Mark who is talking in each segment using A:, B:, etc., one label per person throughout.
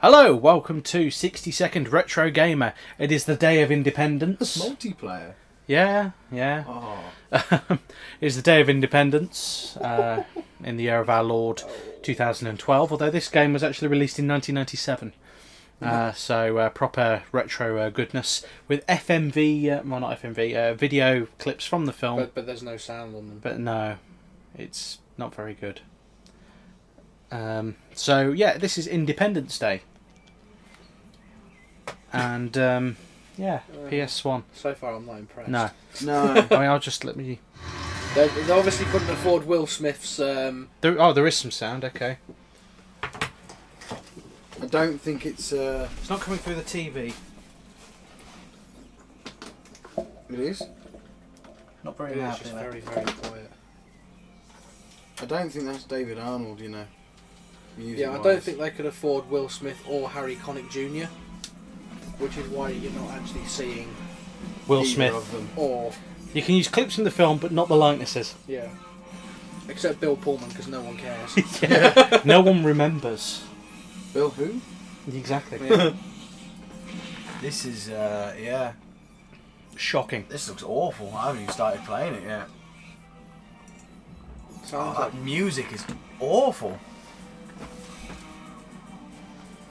A: Hello, welcome to 60 Second Retro Gamer. It is the day of independence.
B: Multiplayer.
A: Yeah, yeah.
B: Oh,
A: it is the day of independence uh, in the year of our Lord 2012, although this game was actually released in 1997. Uh, so uh, proper retro uh, goodness with FMV, uh, well not FMV, uh, video clips from the film,
C: Um,
A: but,
B: but but there's no sound on them.
A: no, it's not very good. Um, so yeah, this is Independence Day, and um, yeah, PS One.
B: So far, I'm not impressed.
A: No,
D: No.
A: I mean I'll just let me.
B: They, they obviously couldn't afford Will Smith's. Um,
A: There, oh, there is some sound. Okay.
D: I don't think it's. Uh,
A: It's not coming through the TV.
D: it is.
A: Not very
B: yeah, it's just very, very quiet.
D: I don't think that's David Arnold. You know.
B: Yeah, I don't think they could afford Will Smith or Harry Connick Jr., which is why you're not actually seeing
A: Will
B: either
A: Smith.
B: of them. Or
A: You can use clips from the film, but not the likenesses.
B: yeah, except Bill Pullman because no one cares.
A: no one remembers.
D: Bill who?
A: Exactly.
C: This is, uh, yeah.
A: Shocking.
C: This looks awful. I haven't even started playing it yet.
B: Sounds
C: that
A: Ah.
B: like
C: music is awful.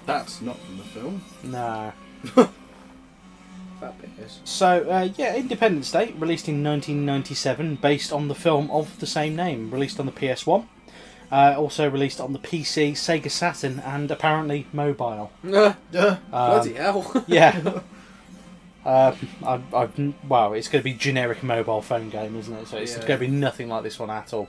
D: That's not from the film.
A: No.
B: that bit is.
A: So, uh, yeah, Independence Day, released in 1997, based on the film of the same name, released on the PS1. Uh, also released on the PC, Sega Saturn, and apparently mobile. Um,
B: Bloody hell!
A: yeah. Uh, I, I, wow, it's going to be generic mobile phone game, isn't it? So it's
B: Yeah.
A: going to be nothing like this one at all.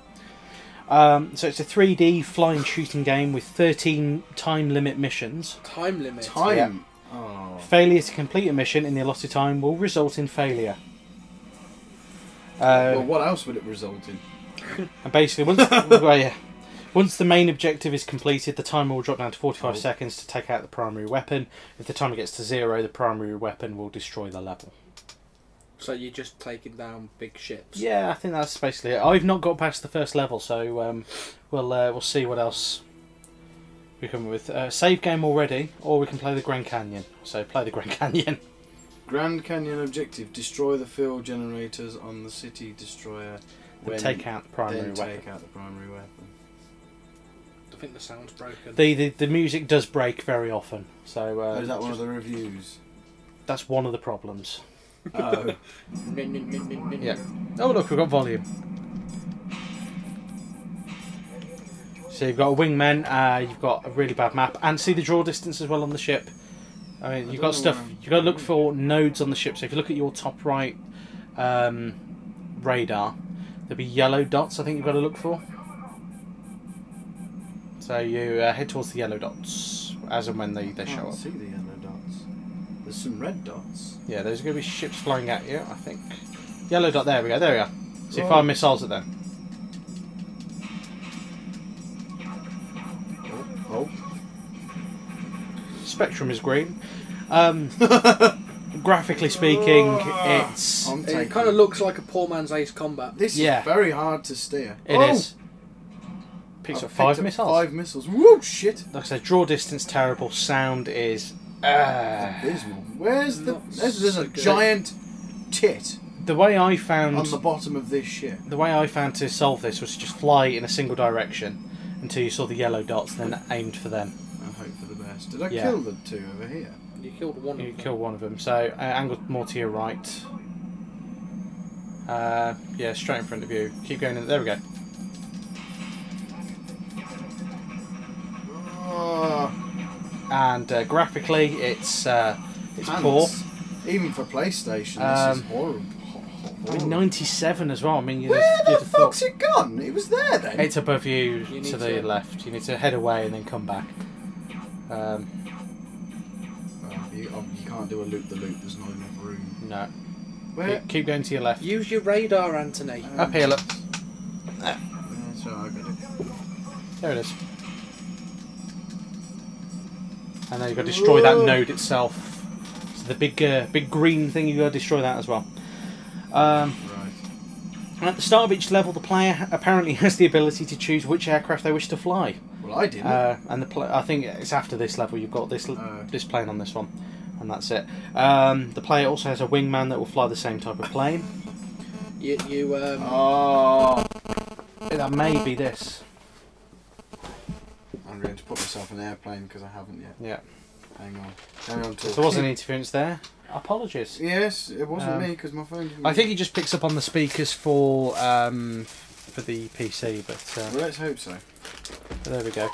A: Um, so it's a 3D flying shooting game with 13 time limit missions.
B: Time limit.
D: Time. Oh.
A: Failure to complete a mission in the allotted time will result in failure. Uh,
D: Well, what else would it result in?
A: And basically, once well, yeah. once the main objective is completed, the timer will drop down to 45 seconds to take out the primary weapon. If the timer gets to zero, the primary weapon will destroy the level.
B: So you're just taking down big ships.
A: Yeah, I think that's basically it. I've not got past the first level, so um, we'll uh, we'll see what else we come up with. Uh, save game already, or we can play the Grand Canyon. So play the Grand Canyon.
D: Grand Canyon objective: destroy the fuel generators on the city destroyer.
A: and take out the primary
D: then
A: weapon.
D: take out the primary weapon.
B: I think the sound's broken.
A: The, the the music does break very often, so
D: Oh,
A: uh,
D: is that one of
A: just-
D: the reviews?
A: that's one of the problems.
D: oh,
A: Yeah. Oh look, we've got volume. So you've got a wingman, uh, you've got a really bad map, and see the draw distance as well on the ship. I mean,
D: I
A: you've
D: don't
A: got
D: know
A: stuff.
D: where I'm-
A: You've got to look for nodes on the ship. So if you look at your top right um, radar, there'll be yellow dots. I think you've got to look for. So you uh, head towards the yellow dots as and when they, they
D: I
A: show
D: can't
A: up.
D: see the yellow dots. There's some red dots.
A: Yeah, there's going to be ships flying at you. I think yellow dot. There we go. There we are. So you fire missiles at them.
D: Oh,
A: Spectrum is green. Um, graphically speaking, it's
D: I'm
B: It
D: taking-
B: kind of looks like a poor man's Ace Combat.
D: This
A: Yeah.
D: is very hard to steer.
A: it is
D: oh,
A: Picks
D: I've
A: up five
D: picked
A: missiles.
D: Five missiles. Whoa, shit.
A: Like I said, draw distance terrible. Sound is uh,
D: Abysmal. Where's the?
B: Not
D: There's, there's
B: so
D: a
B: good.
D: giant tit
A: the way I
D: on
A: found
D: the bottom of this ship.
A: the way I found to solve this was just fly in a single direction until you saw the yellow dots, then aimed for them.
D: And hope for the best. Did I
A: Yeah.
D: kill the two over here?
B: You killed one
A: You
B: of them.
A: kill one of them. So uh, angled more to your right. Uh, yeah, straight in front of you. Keep going. In, there we go.
D: Oh,
A: And uh, graphically, it's uh, it's
D: pants.
A: poor.
D: Even for PlayStation, this
A: Um,
D: is horrible.
A: I mean, 97 as well. I mean, you
D: Where
A: just,
D: the
A: you'd have thought-
D: fuck's it gone? It was there then.
A: It's above you,
B: You
A: to
B: need
A: the
B: to-
A: left. You need to head away and then come back. Um,
D: Oh, you, oh, you can't do a loop the loop. There's not enough room.
A: no.
D: Where?
A: Keep, keep going to your left.
B: Use your radar, Anthony.
D: Um,
A: Up here, look.
D: That's right, I got it.
A: There it is. And then you've got to destroy that
D: Whoa.
A: node itself. So the big, uh, big green thing, you've got to destroy that as well. Um,
D: Right.
A: at the start of each level, the player apparently has the ability to choose which aircraft they wish to fly.
D: Wow. Well, I didn't.
A: Uh, and the pla I think it's after this level you've got this l
D: Oh.
A: this plane on this one, and that's it. Um, the player also has a wingman that will fly the same type of plane.
B: You, you um,
D: oh,
A: That may be this.
D: I'm going to put myself in an airplane because I haven't yet.
A: Yeah.
D: Hang on. Hang on.
A: If
D: Talk.
A: there was an interference there, apologies.
D: Yes, it wasn't
A: Um,
D: me because my phone. Didn't
A: I think he just picks up on the speakers for um, for the PC, but uh,
D: Well, let's hope so.
A: there we go.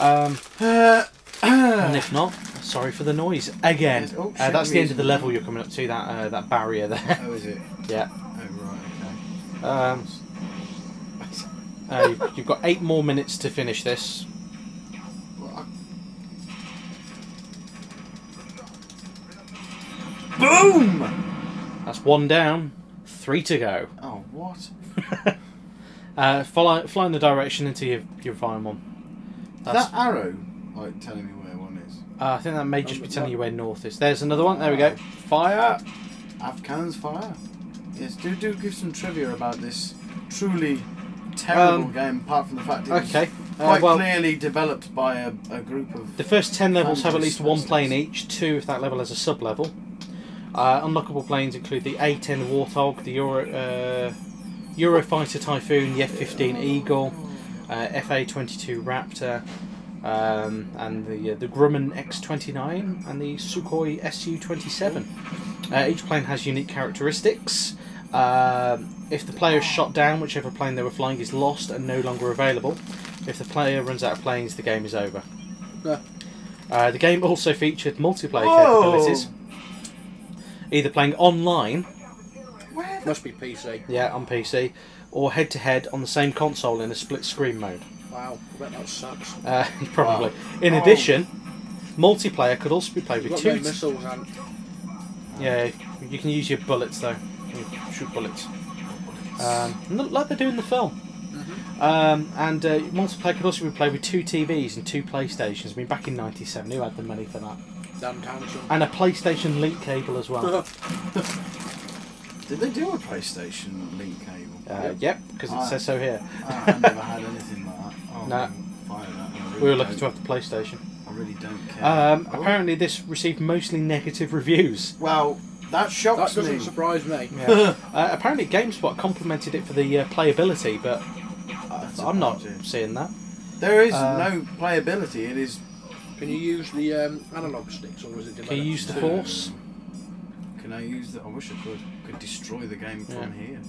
A: Um, and if not, sorry for the noise again.
D: Yes, oh,
A: uh,
D: shit,
A: that's the end of the
D: reason.
A: level you're coming up to. That uh, that barrier there.
D: oh, is it?
A: yeah.
D: Oh, right.
A: Um,
D: Okay.
A: uh, you've, you've got eight more minutes to finish this.
D: Well, I-
C: Boom!
A: That's one down, three to go.
D: Oh, what?
A: Uh, follow, fly in the direction until you, you find one. That's,
D: That arrow, like telling me where one is.
A: uh, I think that may just be
D: Um,
A: telling
D: that-
A: you where north is. There's another one. There we go. Fire.
D: Have cannons fire. Yes, do do give some trivia about this truly terrible
A: Um,
D: game. Apart from the fact it was
A: Okay. Uh,
D: quite
A: well,
D: clearly developed by a, a group of.
A: the first ten levels have at
D: Fantasy
A: least one
D: systems.
A: plane each. Two, if that level has a sub level. Uh, unlockable planes include the A10 Warthog, the Euro, uh, Eurofighter Typhoon, the F-15 Eagle, uh, FA-22 Raptor, um, and the uh, the Grumman X-29 and the Sukhoi Su-27. Uh, each plane has unique characteristics. Um, if the player is shot down, whichever plane they were flying is lost and no longer available. If the player runs out of planes, the game is over.
B: Huh.
A: Uh, the game also featured multiplayer
D: Whoa!
A: capabilities, either playing online,
D: Where the
B: must be PC.
A: yeah, on PC, or head to head on the same console in a split screen mode.
B: Wow, I bet that sucks.
A: Uh, probably. In
D: Oh.
A: addition, multiplayer could also be played
B: You've
A: with
B: got
A: two.
B: no missiles and
A: yeah, you can use your bullets though. You can shoot bullets. Um, not like they do in the film. Um, and uh, multiplayer could also be played with two TVs and two PlayStations. I mean, back in '97, who had the money for that?
B: damn Townsend.
A: And a PlayStation link cable as well. Uh,
D: did they do a PlayStation link cable?
A: Uh, Yep, because it
D: Ah.
A: says so here.
D: Ah, I never had anything like that. Oh,
A: No.
D: Fire that. I really
A: We were lucky to
D: don't-
A: have the PlayStation.
D: I really don't care.
A: Um,
D: Oh.
A: apparently, this received mostly negative reviews.
D: Well, that
B: That
D: shocks me.
B: doesn't surprise me.
A: Yeah. uh, apparently, GameSpot complimented it for the uh, playability, but uh,
D: That's
A: I'm not
D: about it.
A: seeing that.
D: There is
A: Uh,
D: no playability. It is.
B: Can you use the um, analog sticks or is it?
A: Can you use the
B: developed?
A: force?
D: Can I use the? I wish I could. Could destroy the game from
A: Yeah.
D: here.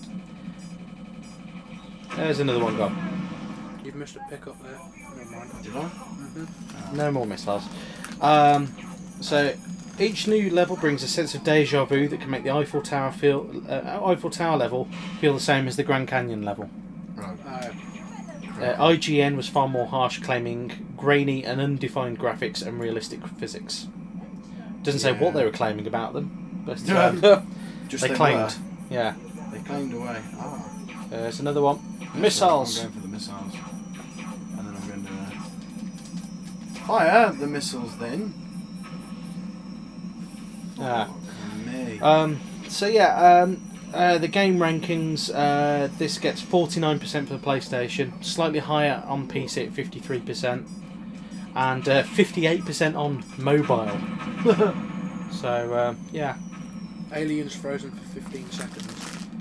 A: There's another one gone.
B: You've missed a pick up there. Never mind.
D: Did I? Uh,
A: No more missiles. Um, so each new level brings a sense of deja vu that can make the Eiffel Tower feel uh, Eiffel Tower level feel the same as the Grand Canyon level.
D: Right.
B: Uh,
A: Uh, IGN was far more harsh, claiming grainy and undefined graphics and realistic physics. Doesn't say what
D: Yeah.
A: they were claiming about them, but
D: Yeah.
A: um,
D: Just
A: they
D: they
A: claimed. Yeah,
D: were. They claimed away. Ah.
A: uh, there's another one. Missiles.
D: I'm going for the missiles. And then I'm going to fire the missiles. Then.
A: Ah.
D: Fuck Me.
A: Um, so yeah, um, uh, the game rankings. Uh, this gets forty nine percent for the PlayStation, slightly higher on PC at fifty three percent, and fifty eight percent on mobile.
D: Oh,
A: so um, yeah.
B: aliens frozen for 15 seconds.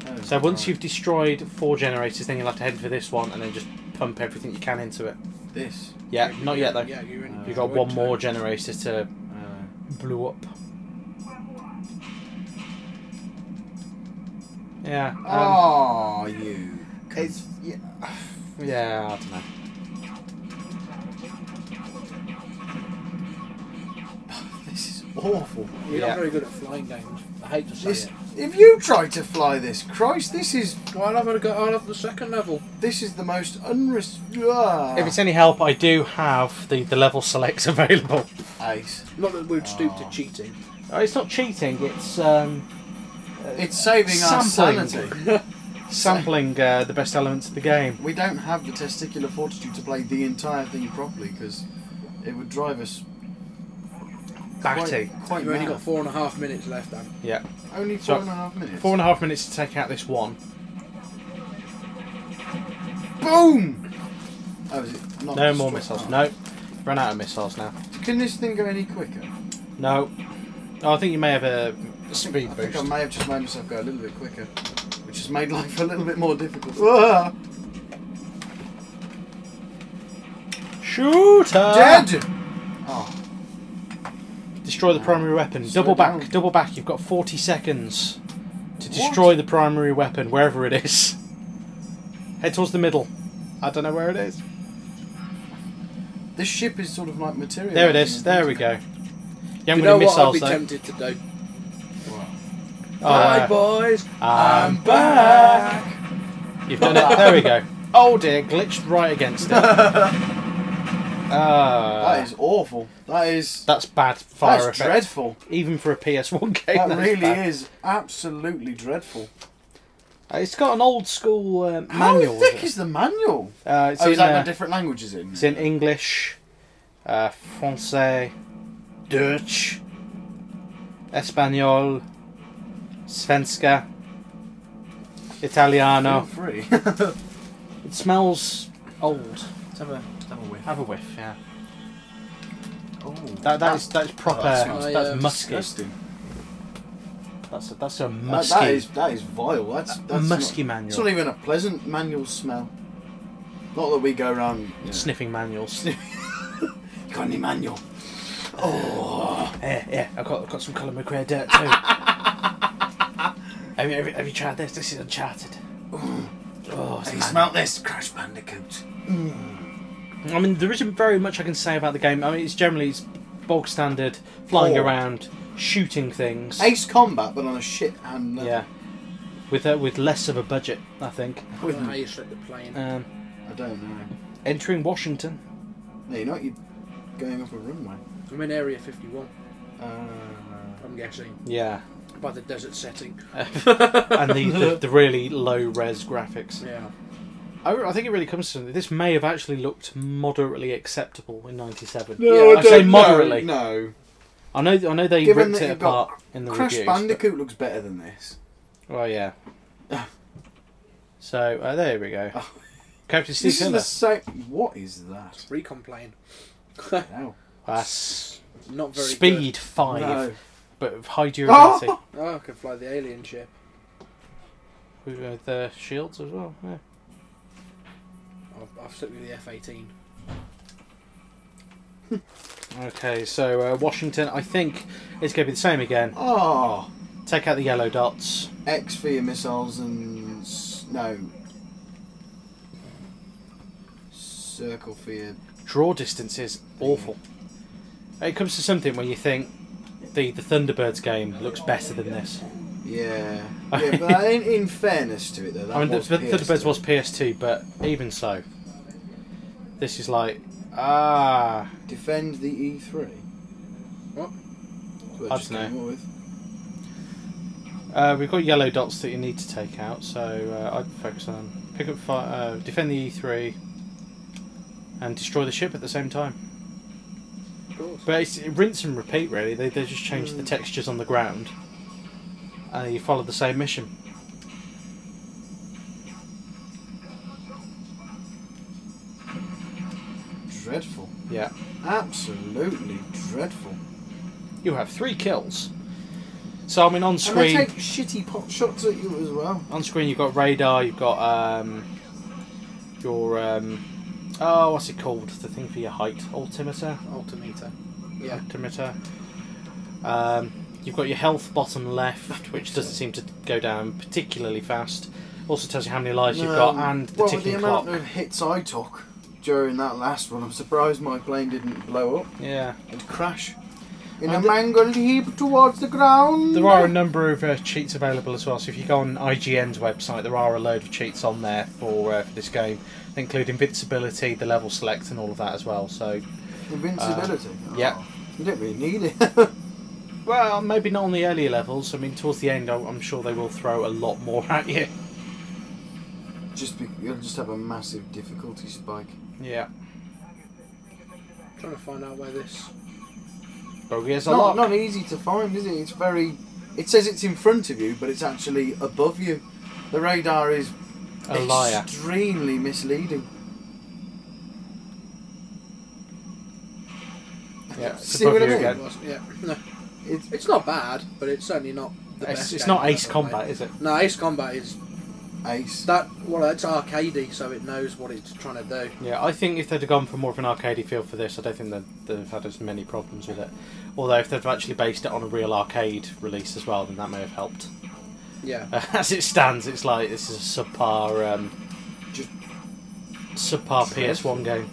D: Oh,
A: So once
D: right.
A: you've destroyed four generators, then you'll have to head for this one and then just pump everything you can into it.
D: this.
A: Yeah, not yet though.
B: um, Yeah, you're in.
D: Uh,
A: You've got one more generator to
D: Uh,
A: blow up. Yeah. um,
D: oh, you.
A: It's yeah, yeah. I don't know.
D: This is awful.
B: You're
A: Yeah.
B: not very good at flying games. I hate to say
D: This,
B: it.
D: if you try to fly this, Christ, this is
B: Well, I'll have a go. I'll have the second level.
D: this is the most ah, unrest.
A: If it's any help, I do have the, the level selects available.
D: ace,
B: Not that we'd stoop to
D: Oh.
B: cheating.
A: Uh, It's not cheating. It's um,
D: it's saving our
A: Sampling.
D: sanity.
A: sampling uh, the best elements of the game.
D: we don't have the testicular fortitude to play the entire thing properly because it would drive us
A: Batty.
D: quite, quite
B: You've only got
D: mad.
B: four and a half minutes left, Dan.
A: Yeah.
D: Only
A: So-
D: four and a half minutes.
A: Four and a half minutes to take out this one.
D: Boom! Oh, is it not
A: No more
D: destroyed?
A: missiles.
D: Oh.
A: No. Run out of missiles now.
D: Can this thing go any quicker?
A: No. Oh, I think you may have a
D: I
A: speed
D: think, I
A: boost.
D: think I may have just made myself go a little bit quicker, which has made life a little bit more difficult. Ah!
A: Shoot her!
D: Dead! Oh,
A: Destroy the primary weapon.
D: Slow
A: double back,
D: down.
A: double back. You've got 40 seconds to destroy the primary weapon, wherever it is. Head towards the middle. I don't know where it is.
D: this ship is sort of like material.
A: There it is. There we go. Yeah, I'm
B: you know
A: going to
B: what I'd
A: missiles
B: be
A: though.
B: tempted to do?
A: Oh,
B: Bye,
A: uh,
B: boys.
A: um,
B: I'm back.
A: You've done it. There we go. Oh dear, glitched right against it. Ah,
D: That is awful. That is.
A: that's bad fire
D: That's
A: effect.
D: dreadful.
A: Even for a PS1 game,
D: That
A: that's
D: really
A: bad.
D: is absolutely dreadful.
A: Uh, It's got an old school uh, manual.
D: How thick
A: with it.
D: is the manual?
A: uh, it's,
D: oh,
A: in,
D: is that
A: uh,
D: no different languages in?
A: it's in English, uh, Francais, Dutch, Espanol, Svenska, Italiano.
D: Free.
A: It smells old.
D: have a have a whiff.
A: Have a whiff, yeah.
D: Oh,
A: That, that is that's proper.
D: that
B: smells-
A: that's
B: I, uh,
A: musky.
D: disgusting.
A: That's a, that's a
D: That,
A: musky.
D: that is that is vile. That's
A: a
D: that's
A: musky
D: not,
A: manual.
D: It's not even a pleasant manual smell. Not that we go around you know,
A: sniffing manuals.
D: Got any manual?
A: Yeah, yeah. I've got I've got some Colin McRae dirt too. have, you, have, you, have you tried this? This is Uncharted. Oh, it's
D: Hey,
A: mad.
D: smelt this? Crash Bandicoot.
A: I mean, there isn't very much I can say about the game. I mean, it's generally it's bog standard, flying
D: Oh.
A: around, shooting things.
D: Ace Combat, but on a shit and uh,
A: Yeah, with uh, with less of a budget, I think.
B: I don't know how you set the plane.
A: Um,
D: I don't know.
A: entering Washington.
D: No, you're not. You're going up a runway.
B: I'm in Area 51.
D: Uh,
B: I'm guessing
A: Yeah,
B: by the desert setting.
A: and the, the, the really low res graphics.
B: Yeah.
A: I, I think it really comes to something. This may have actually looked moderately acceptable in '97.
D: No,
B: Yeah, I
A: I say moderately.
D: No,
A: I know, I know they
D: Given
A: ripped
D: that
A: it
D: you've got
A: apart in the
D: Crash
A: reviews.
D: Bandicoot looks better than this.
A: but- oh yeah. so uh, there we go. Captain Steve
D: Ah. This is
A: Miller.
D: the same. What is that?
B: Recon plane.
D: Wow.
A: That's
B: Not very
A: speed five,
D: No.
A: but of high durability
D: Oh!
B: Good. Oh, I can fly the alien ship.
A: with uh, the shields as well. Yeah.
B: I've, I've stuck with the F-18.
A: Okay, so uh, Washington, I think it's going to be the same again.
D: Oh,
A: Take out the yellow dots.
D: X for your missiles and s- no. Circle for your.
A: Draw distance is awful. It comes to something when you think the the Thunderbirds game looks better than this.
D: Yeah. Yeah, but that- in, in fairness to it though, that
A: I mean,
D: was
A: the, the
D: pierced,
A: Thunderbirds
D: though.
A: was PS2, but even so, this is like ah.
D: defend the E3.
B: What?
D: That's what I
A: I
D: just
A: dunno.
D: came up with.
A: Uh, we've got yellow dots that you need to take out, so uh, I'd focus on pick up, fi- uh, defend the E3, and destroy the ship at the same time.
B: Of course.
A: But it's rinse and repeat, really. They they just change the textures on the ground, and you follow the same mission.
D: Dreadful.
A: Yeah,
D: Absolutely dreadful.
A: you have three kills. So I mean, on screen,
D: And they take shitty pot shots at you as well.
A: on screen you've got radar, you've got um, your um, oh, what's it called? The thing for your height, altimeter.
B: Altimeter. Yeah.
A: altimeter. Um, you've got your health bottom left, which doesn't seem to go down particularly fast. Also tells you how many lives you've got
D: Um,
A: and the
D: well, with
A: ticking
D: the
A: clock.
D: amount of hits I took during that last one, I'm surprised my plane didn't blow up
A: Yeah,
D: and crash. In
A: And
D: a
A: the-
D: mangled heap towards the ground.
A: there are a number of uh, cheats available as well. So if you go on IGN's website, there are a load of cheats on there for uh, for this game, They include invincibility, the level select, and all of that as well. So
D: Invincibility. Oh,
A: uh, yeah.
D: You don't really need it.
A: well, maybe not on the earlier levels. I mean, towards the end, I- I'm sure they will throw a lot more at you.
D: just be, you'll just have a massive difficulty spike.
A: Yeah,
B: Trying to find out where this.
A: but there's a
D: Not,
A: lot.
D: not easy to find, is it? It's very. It says it's in front of you, but it's actually above you. The radar is
A: a liar.
D: extremely misleading.
A: Yeah, it's
D: See
A: above
D: what I
A: you
D: mean?
A: again.
B: Yeah. No,
D: It's,
B: it's not bad, but it's certainly not the
A: It's,
B: best.
A: it's
B: game
A: not
B: I've
A: Ace
B: ever
A: Combat,
B: played.
A: is it?
B: No, Ace Combat is
D: Ace.
B: that. Well, it's arcadey, so it knows what it's trying to do.
A: Yeah, I think if they'd have gone for more of an arcadey feel for this, I don't think they'd, they'd have had as many problems with it. Although if they'd have actually based it on a real arcade release as well, then that may have helped.
B: Yeah.
A: as it stands, it's like this is a subpar, um,
D: Just-
A: subpar PS1 game.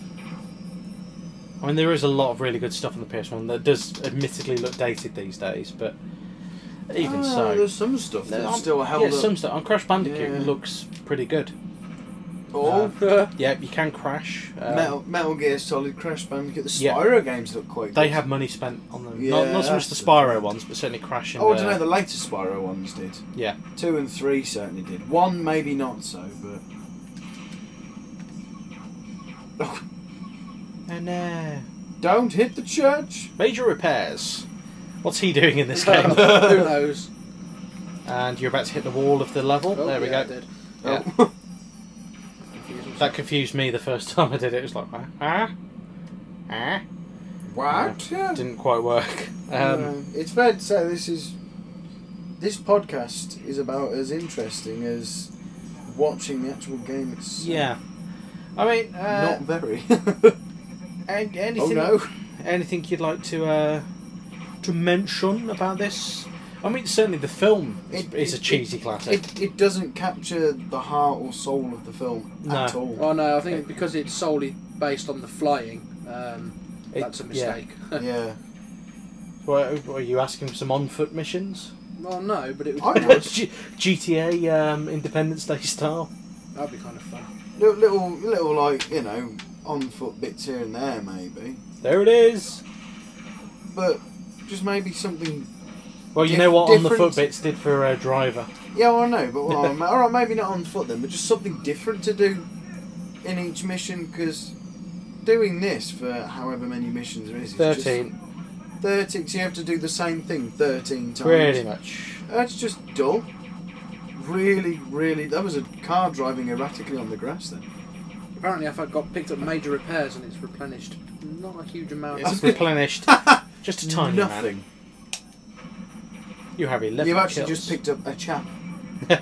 A: I mean, there is a lot of really good stuff on the PS1 that does admittedly look dated these days, but even
D: Ah,
A: so,
D: there's some stuff
A: No,
D: that's
A: I'm-
D: still held
A: yeah,
D: up.
A: some stuff. On Crash Bandicoot
D: Yeah.
A: looks pretty good.
D: Oh,
A: Yeah, you can crash. um,
D: Metal, Metal Gear Solid, Crash Bandicoot, the
A: yeah.
D: Spyro games look quite.
A: They
D: good.
A: have money spent on them.
D: Yeah,
A: not, not so much the
D: that's the
A: Spyro ones, but certainly Crash and.
D: Oh, I
A: uh,
D: don't know. The later Spyro ones did.
A: Yeah.
D: Two and three certainly did. One maybe not so, but. Oh,
A: And, uh,
D: don't hit the church.
A: major repairs. What's he doing in this
B: Who
A: game?
B: knows?
A: and you're about to hit the wall of the level.
B: Oh,
A: there we
B: yeah, I
A: go.
B: did.
A: Yeah.
D: Oh.
B: Confusing.
A: That confused me the first time I did it. It was like, "Ah, huh? Huh? Huh?
D: what? Yeah.
A: Didn't quite work. Um,
D: No, it's fair to say this is this podcast is about as interesting as watching the actual game. It's
A: yeah. I mean,
D: not
A: uh,
D: very.
A: an-
D: oh
A: anything,
D: no!
A: anything you'd like to uh, to mention about this? I mean, certainly the film is,
D: It-
A: is
D: it-
A: a cheesy classic.
D: It, it doesn't capture the heart or soul of the film
A: No.
D: at all.
B: Oh no, I think because it's solely based on the flying, um,
A: It-
B: that's a
A: yeah.
B: mistake.
D: yeah,
A: Were, were you asking for some on foot missions?
B: well, no, but it would.
D: I would.
A: G- GTA um, Independence Day style.
B: That'd be kind of fun.
D: little, little, little like you know, on foot bits here and there maybe,
A: There it is.
D: but just maybe something.
A: Well, you
D: Dif-
A: know what on the
D: different-
A: foot bits did for uh, Driver.
D: Yeah, well, I know, but well, I'm- all right, maybe not on foot then, but just something different to do in each mission because doing this for however many missions there is, is just-
A: Thirteen,
D: 13, so you have to do the same thing 13 times.
A: pretty much.
D: That's just dull. Really, really. That was a car driving erratically on the grass then.
B: Apparently, I've had- got picked up major repairs and it's replenished. Not a huge amount.
A: It's replenished. Just a tiny amount.
D: Nothing.
A: You have eleven.
D: You've actually
A: kills.
D: just picked up a chap
B: Did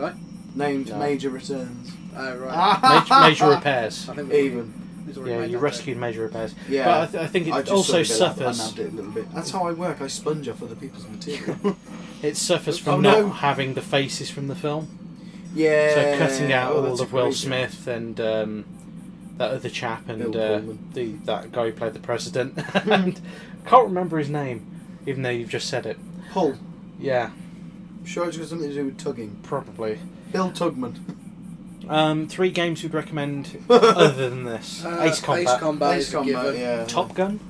B: I?
D: named
A: No.
D: Major Returns.
B: Oh right.
A: major, major repairs.
B: I think we-
D: Ah, Even.
B: he's already
A: Yeah,
B: made
A: you
B: that
A: rescued major repairs.
D: Yeah.
A: But I, th- I think it
D: I just
A: also
D: sort of did that, but I
A: suffers.
D: nabbed it a little bit. That's how I work. I sponge off other people's material.
A: It suffers
D: Oh,
A: from
D: no.
A: not having the faces from the film,
D: yeah.
A: so cutting out
D: Oh,
A: all
D: that's
A: of Will
D: crazy.
A: Smith and um, that other chap and
D: Bill
A: uh,
D: Pullman.
A: the that guy who played the president. and can't remember his name, even though you've just said it.
D: Pull.
A: Yeah,
D: Sure, it's got something to do with tugging.
A: probably.
D: Bill Tugman.
A: Um, three games we'd recommend other than this:
B: Uh,
A: Ace Combat,
B: Ace Combat.
D: Ace
B: is a
D: Combat,
B: given.
D: yeah.
A: Top Gun.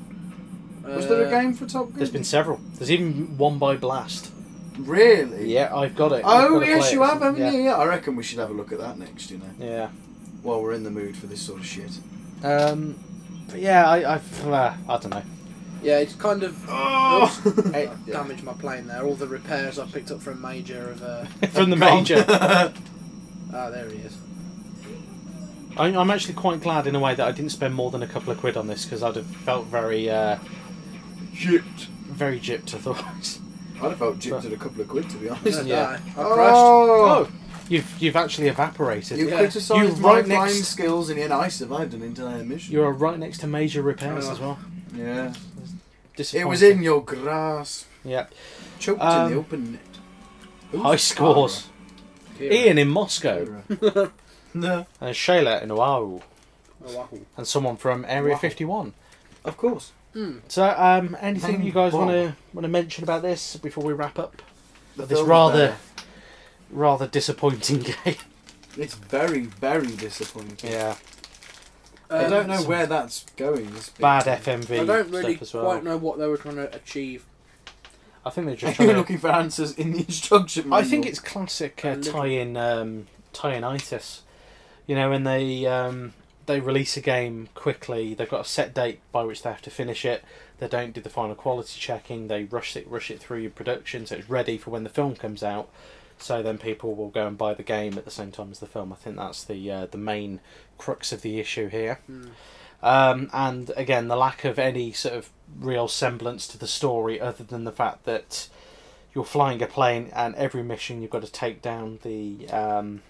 D: Was there a
B: Uh,
D: game for Top Gun?
A: There's been several. There's even one by Blast.
D: Really?
A: Yeah, I've got it. I've
D: Oh
A: gotta
D: yes,
A: play
D: you
A: it.
D: have, haven't
A: yeah.
D: you? Yeah, I reckon we should have a look at that next. You know,
A: Yeah.
D: while we're in the mood for this sort of shit.
A: Um, but yeah, I, I've, uh, I don't know.
B: Yeah, it's kind of.
D: Oh,
A: Hey,
B: I've
A: yeah.
B: damaged my plane there. All the repairs I picked up from Major of. Uh,
A: From the major,
B: ah, there he is.
A: I, I'm actually quite glad in a way that I didn't spend more than a couple of quid on this because I'd have felt very, uh,
D: Shit.
A: very gypped otherwise.
D: I'd have felt gypped at a couple of quid to be honest.
A: Isn't it? Yeah.
B: I, I
D: Oh,
A: You've you've actually evaporated.
D: you
A: You,
B: Yeah.
D: criticised
A: You
D: my
A: right
D: flying
A: next-
D: skills, and yet I survived an entire mission.
A: are right next to major repairs
B: Oh.
A: as well.
D: Yeah, it
A: Disappointing.
D: was in your grasp,
A: Yeah,
D: choked
A: Um,
D: in the open net. Ooh,
A: high scores.
B: crashed.
A: Ian in Moscow
D: Kira. no,
A: and Shayla in Oahu
B: Oh, wow.
A: and someone from Area
D: Wow.
A: 51.
D: of course.
B: Hmm.
A: So, um, anything
D: Hang
A: you guys
D: on.
A: want to want to mention about this before we wrap up?
D: The
A: This
D: film
A: rather-
D: there,
A: Rather disappointing game.
D: it's very, very disappointing.
A: yeah.
D: I
B: Um,
D: don't know where that's going. This bit.
A: bad FMV
B: I don't really
A: stuff as well.
B: quite know what they were trying to achieve.
A: I think they're just
D: If You're
A: trying to.
D: looking for answers in the instruction manual.
A: I think it's classic
B: A
A: uh,
B: little-
A: tie-in um, tie-in itis. You know, when they um, they release a game quickly, they've got a set date by which they have to finish it. They don't do the final quality checking. They rush it, rush it through production, so it's ready for when the film comes out. So then people will go and buy the game at the same time as the film. I think that's the uh, the main crux of the issue here.
B: Hmm.
A: Um, and again, the lack of any sort of real semblance to the story other than the fact that you're flying a plane and every mission you've got to take down the um,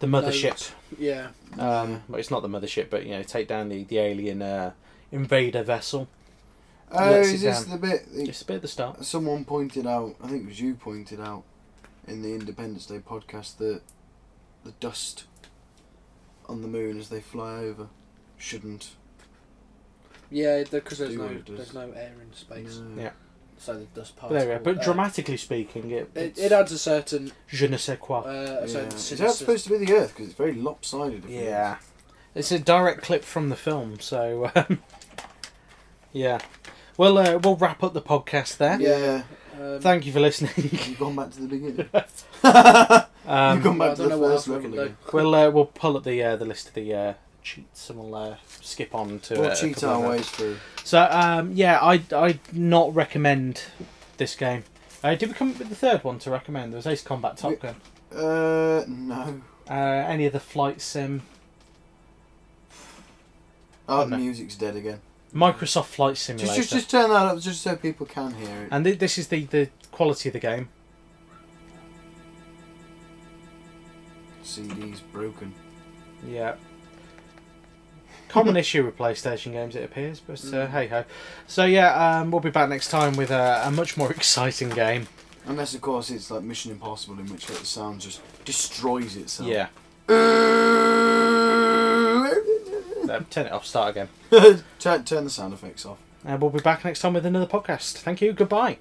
A: the mothership.
B: Yeah.
A: Um, well, it's not the mothership, but you know, take down the the alien uh, invader vessel.
D: Oh,
A: Let's
D: is
A: sit
D: this
A: down.
D: the bit that
A: It's a bit at the start.
D: someone pointed out? I think it was you pointed out in the Independence Day podcast that the dust on the moon as they fly over shouldn't.
B: Yeah, because there's
D: Do
B: no
D: what it does.
B: there's no air in space,
D: No.
A: Yeah.
B: so the dust
A: But
B: particle.
A: there we are. But
B: uh,
A: dramatically speaking, it,
B: It,
A: it's
B: it adds a certain.
A: je ne sais
B: Uh,
A: quoi.
B: a
D: Yeah.
B: certain
D: Is that
B: sinister-
D: supposed to be the Earth? Because it's very lopsided. if it
A: Yeah, it's a direct clip from the film, so um, yeah. Well, uh, we'll wrap up the podcast there.
D: is. Yeah.
B: um,
A: Thank you for listening.
D: You've gone back to the beginning.
A: Um,
D: You've gone back
B: well, I
D: to
B: don't
D: the
B: know what
D: first
B: else we
D: level
B: can
D: again.
A: We'll uh, we'll pull up the uh, the list of the uh, cheats and we'll uh, skip on to. uh,
D: We'll
A: a
D: cheat
A: couple of
D: our
A: them.
D: ways through.
A: So um, yeah, I I not recommend this game. Uh, did we come up with the third one to recommend? There was Ace Combat, Top
D: Yeah.
A: Gun,
D: Uh, no.
A: uh, any of the flight sim,
D: Oh,
A: no.
D: the music's dead again.
A: Microsoft Flight Simulator, Uh,
D: Just, just, just turn that up just so people can hear it.
A: and th- this is the the quality of the game.
D: CD's broken.
A: Yeah. Common issue with PlayStation games, it appears, but uh,
B: Mm.
A: hey ho. So yeah, um, we'll be back next time with uh, a much more exciting game.
D: Unless, of course, it's like Mission Impossible, in which the sound just destroys itself.
A: Yeah. Um, turn it off. Start again.
D: turn, turn the sound effects off.
A: And Uh, we'll be back next time with another podcast. Thank you. Goodbye.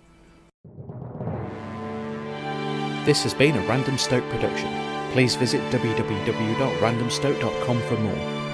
A: This has been a Random Stoke production. Please visit www.randomstoke.com for more.